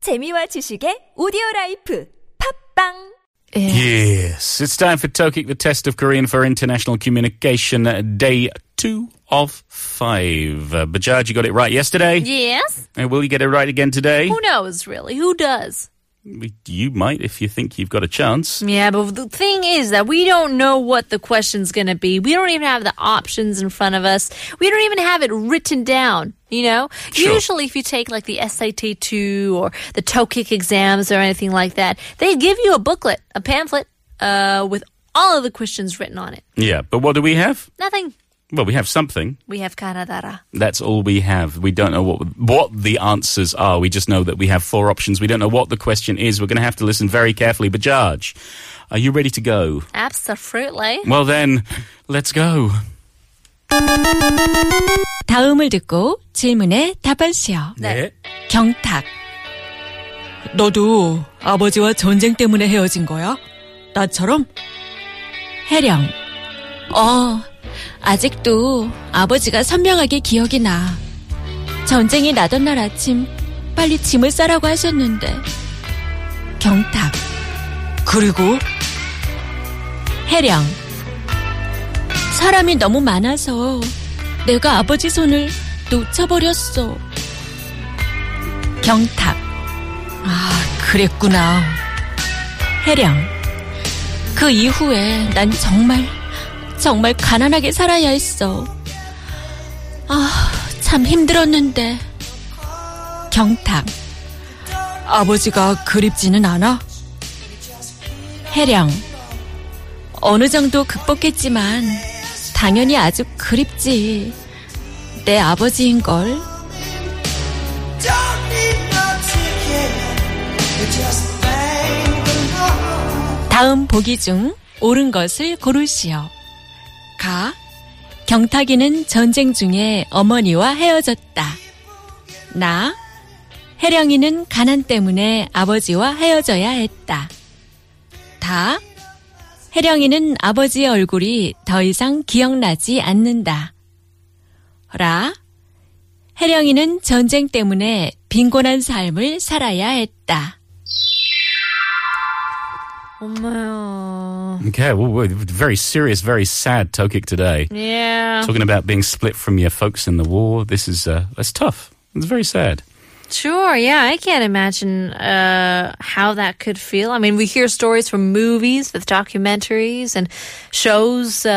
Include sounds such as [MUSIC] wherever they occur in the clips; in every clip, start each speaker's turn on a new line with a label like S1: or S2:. S1: 재미와 지식의 오디오 라이프 팝빵
S2: Yes, it's time for Tokik, the test of Korean for International Communication, uh, day two of five. Uh, Bajaj, you got it right yesterday.
S3: Yes?
S2: And will you get it right again today?
S3: Who knows, really? Who does?
S2: You might, if you think you've got a chance.
S3: Yeah, but the thing is that we don't know what the question's going to be. We don't even have the options in front of us. We don't even have it written down, you know?
S2: Sure.
S3: Usually, if you take like the SAT 2 or the TOEIC exams or anything like that, they give you a booklet, a pamphlet, uh, with all of the questions written on it.
S2: Yeah, but what do we have?
S3: Nothing.
S2: Well, we have something.
S3: We have Karadara.
S2: That's all we have. We don't know what what the answers are. We just know that we have four options. We don't know what the question is. We're going to have to listen very carefully. Bajaj, are you ready to go?
S3: Absolutely.
S2: Well then, let's go.
S4: 다음을 듣고 질문에 답하시오.
S3: 네.
S4: 경탁. 너도 아버지와 전쟁 때문에 헤어진 거야? 나처럼? 해령. 어, 아직도 아버지가 선명하게 기억이 나. 전쟁이 나던 날 아침 빨리 짐을 싸라고 하셨는데. 경탁. 그리고? 해령. 사람이 너무 많아서 내가 아버지 손을 놓쳐버렸어. 경탁. 아, 그랬구나. 해령. 그 이후에 난 정말, 정말 가난하게 살아야 했어. 아, 참 힘들었는데. 경탁. 아버지가 그립지는 않아? 해령. 어느 정도 극복했지만, 당연히 아주 그립지. 내 아버지인걸.
S5: Don't need no ticket. You just bang the door.
S4: 다음 보기 중 옳은 것을 고르시오. 가. 경탁이는 전쟁 중에 어머니와 헤어졌다. 나. 혜령이는 가난 때문에 아버지와 헤어져야 했다. 다. 혜령이는 아버지의 얼굴이 더 이상 기억나지 않는다. 라. 혜령이는 전쟁 때문에 빈곤한 삶을 살아야 했다.
S3: 엄마야.
S2: Okay, well, we're very serious, very sad Tokik today.
S3: Yeah.
S2: Talking about being split from your folks in the war. This is uh, that's tough. It's very sad.
S3: Sure, yeah, I can't imagine uh, how that could feel. I mean, we hear stories from movies, with documentaries, and shows uh,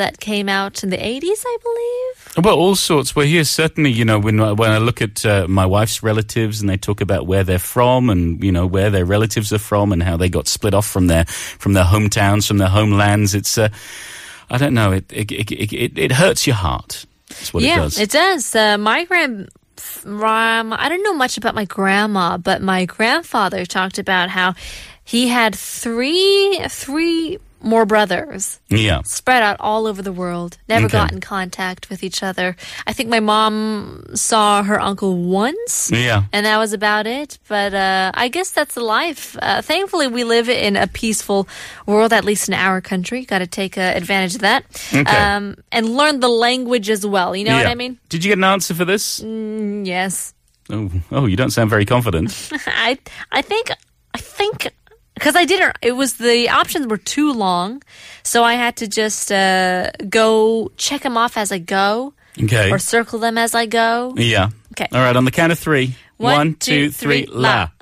S3: that came out in the 80s, I believe.
S2: Well, all sorts. Well, here certainly, you know, when I- when I look at uh, my wife's relatives and they talk about where they're from and you know where their relatives are from and how they got split off from their from their hometowns, from their homelands. It's uh, I don't know. It it it, it- it it hurts your heart. That's what
S3: yeah,
S2: it does.
S3: Uh, my grand. Um, I don't know much about my grandma, but my grandfather talked about how he had three three more brothers
S2: yeah.
S3: spread out all over the world, never
S2: Okay.
S3: got in contact with each other. I think my mom saw her uncle once.
S2: Yeah.
S3: And that was about it. But uh, I guess that's the life. Uh, thankfully, we live in a peaceful world, at least in our country. Got to take uh, advantage of that.
S2: Okay.
S3: Um, and learn the language as well. You know what I
S2: Yeah.
S3: mean?
S2: Did you get an answer for this?
S3: Mm, Yes. [LAUGHS]
S2: Oh, oh, you don't sound very confident.
S3: I I think I think because I didn't. It was the options were too long, so I had to just uh, go check them off as I go
S2: Okay.
S3: or circle them as I go.
S2: Yeah.
S3: Okay.
S2: All right, on the count of three.
S3: One,
S2: One, two,
S3: two,
S2: three.
S3: three,
S2: la.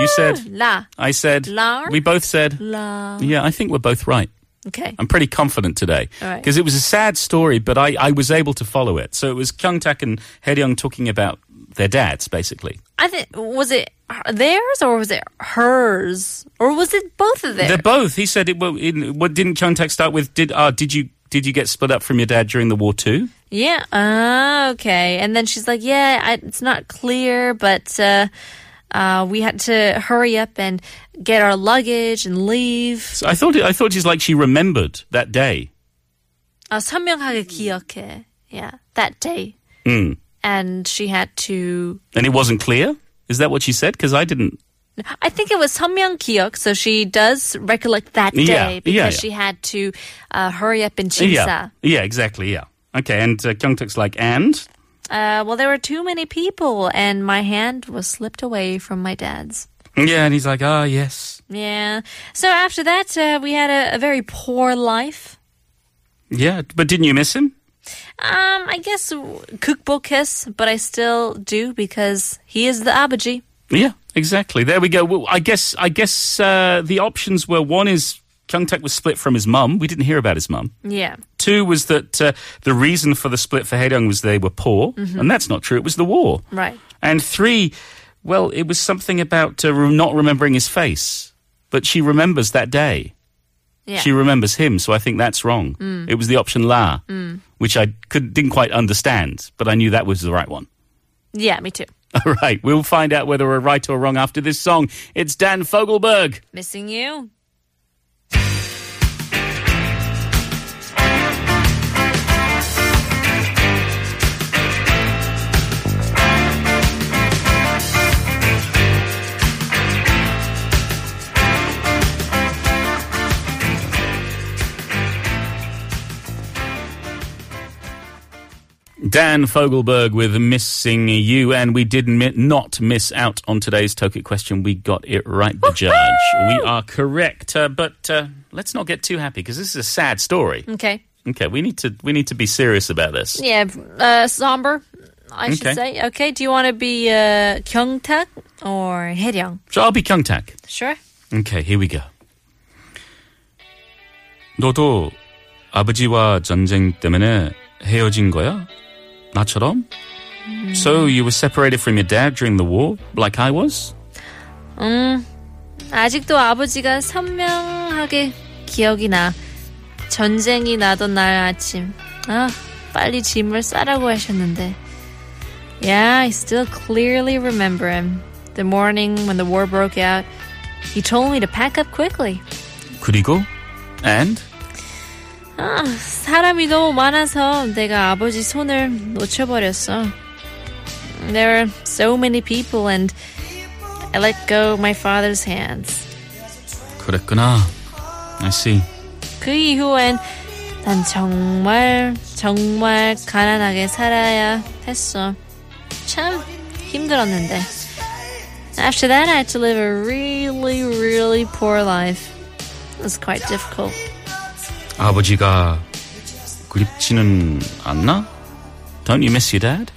S2: You said.
S3: La
S2: I said.
S3: Lar.
S2: We both said.
S3: la.
S2: Yeah, I think we're both right.
S3: Okay.
S2: I'm pretty confident today.
S3: All right.
S2: Because it was a sad story, but I, I was able to follow it. So it was Kyung Tak and Young talking about their dads, basically.
S3: I think was it theirs or was it hers or was it both of
S2: They're
S3: theirs?
S2: both. He said it. Well, in, what didn't Kyung Tak start with? Did uh, did you did you get split up from your dad during the war too?
S3: yeah. Ah, okay. And then she's like, "Yeah, I, it's not clear, but uh, uh, we had to hurry up and get our luggage and leave."
S2: So I thought it, I thought it's like she remembered that day.
S3: 아, 선명하게 기억해. Yeah, that day.
S2: Mm.
S3: And she had to.
S2: And it wasn't clear. Is that what she said? Because I didn't.
S3: I think it was 선명 기억, so she does recollect that day
S2: Yeah, yeah,
S3: because
S2: yeah.
S3: she had to uh, hurry up and chimsa.
S2: Yeah, yeah, exactly. Yeah. Okay, and uh, Kyung Tak's like, and
S3: Uh, well, there were too many people, and my hand was slipped away from my dad's.
S2: Yeah, and he's like, ah, yes.
S3: Yeah. So after that, uh, we had a, a very poor life.
S2: Yeah, but didn't you miss him?
S3: Um, I guess cookbook kiss, but I still do because he is the abaji.
S2: Yeah, exactly. There we go. Well, I guess I guess uh, the options were one is Kungtak was split from his mum. We didn't hear about his mum.
S3: Yeah.
S2: Two was that uh, the reason for the split for Haedong was they were poor, and that's not true. It was the war.
S3: Right.
S2: And three, well, it was something about uh, re- not remembering his face, but she remembers that day.
S3: Yeah.
S2: She remembers him, so I think that's wrong. It was the option la, which I could, didn't quite understand, but I knew that was the right one. [LAUGHS]
S3: yeah, me too.
S2: All right, we'll find out whether we're right or wrong after this song. It's Dan Fogelberg.
S3: Missing you.
S2: Dan Fogelberg with Missing You, and we did mi- not miss out on today's Tokyo question. We got it right, the judge. We are correct, uh, but uh, let's not get too happy because this is a sad story.
S3: Okay.
S2: Okay, we need to we need to be serious about this.
S3: Yeah, uh, somber, I
S2: Okay.
S3: should say. Okay, do you want to be uh, Kyungtak or Haeryeong?
S2: So I'll be Kung Tak.
S3: Sure.
S2: Okay, here we go. 너도 아버지와 전쟁 때문에 헤어진 거야? 나처럼? So you were separated from your dad during the war, like I was?
S3: 아직도 아버지가 선명하게 기억이 나. 전쟁이 나던 날 아침. 아, 빨리 짐을 싸라고 하셨는데. Yeah, I still clearly remember him. The morning when the war broke out, he told me to pack up quickly.
S2: 그리고 and
S3: 아, 사람이 너무 많아서 내가 아버지 손을 놓쳐버렸어. There are so many people and I let go my father's hands.
S2: 그랬구나. I see.
S3: 그 이후엔 난 정말 정말 가난하게 살아야 했어. 참 힘들었는데. After that, I had to live a really, really poor life. It was quite difficult.
S2: 아버지가 그립지는 않나? Don't you miss your dad?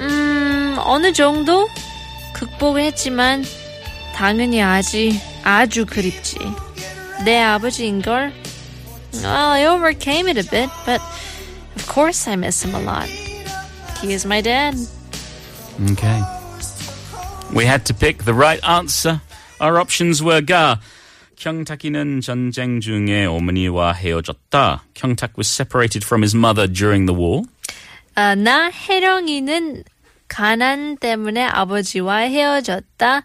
S3: 음, 어느 정도 극복을 했지만 당연히 아직 아주 그립지. 내 아버지인 걸. Well, I overcame it a bit, but of course I miss him a lot. He is my dad.
S2: Okay. We had to pick the right answer. Our options were ga. 경탁이는 전쟁 중에 어머니와 헤어졌다. 경탁 was separated from his mother during the war.
S3: 아, 나 혜령이는 가난 때문에 아버지와 헤어졌다.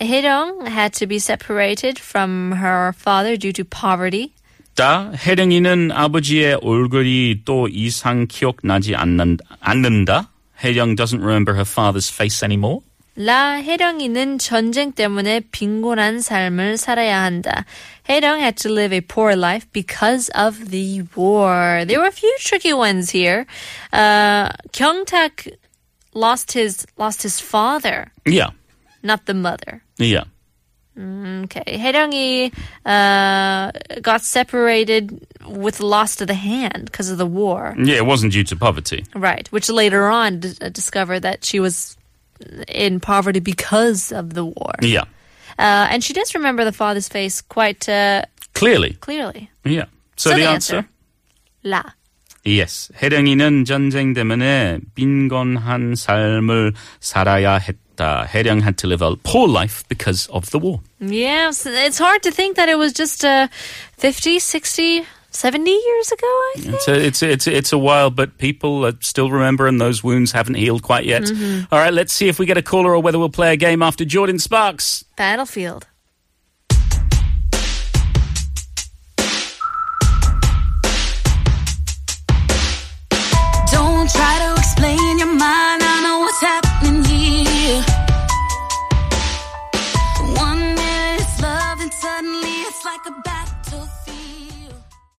S3: 혜령 had to be separated from her father due to poverty.
S2: 다 혜령이는 아버지의 얼굴이 또 이상 기억나지 않는, 않는다. 혜령 doesn't remember her father's face anymore.
S3: 라 혜령이는 전쟁 때문에 빈곤한 삶을 살아야 한다. 혜령 had to live a poor life because of the war. There were a few tricky ones here. Uh, 경탁 lost his lost his father,
S2: Yeah.
S3: not the mother.
S2: Yeah.
S3: Okay. Haeryeongi uh, got separated with loss of the hand because of the war.
S2: Yeah, it wasn't due to poverty.
S3: Right. Which later on d- uh, discovered that she was in poverty because of the war.
S2: Yeah.
S3: Uh, and she does remember the father's face quite uh,
S2: Clearly.
S3: clearly.
S2: Yeah. So, the, answer?
S3: La.
S2: Yes. 해령이는 전쟁 때문에 빈곤한 삶을 살아야 했다. 해령 had to live a poor life because of the war.
S3: Yeah. so It's hard to think that it was just uh, 50, 60, 70 years ago, I think.
S2: It's a, it's a, it's a, it's a while, but people are still remember and those wounds haven't healed quite yet. All right, let's see if we get a caller or whether we'll play a game after Jordan Sparks.
S3: Battlefield.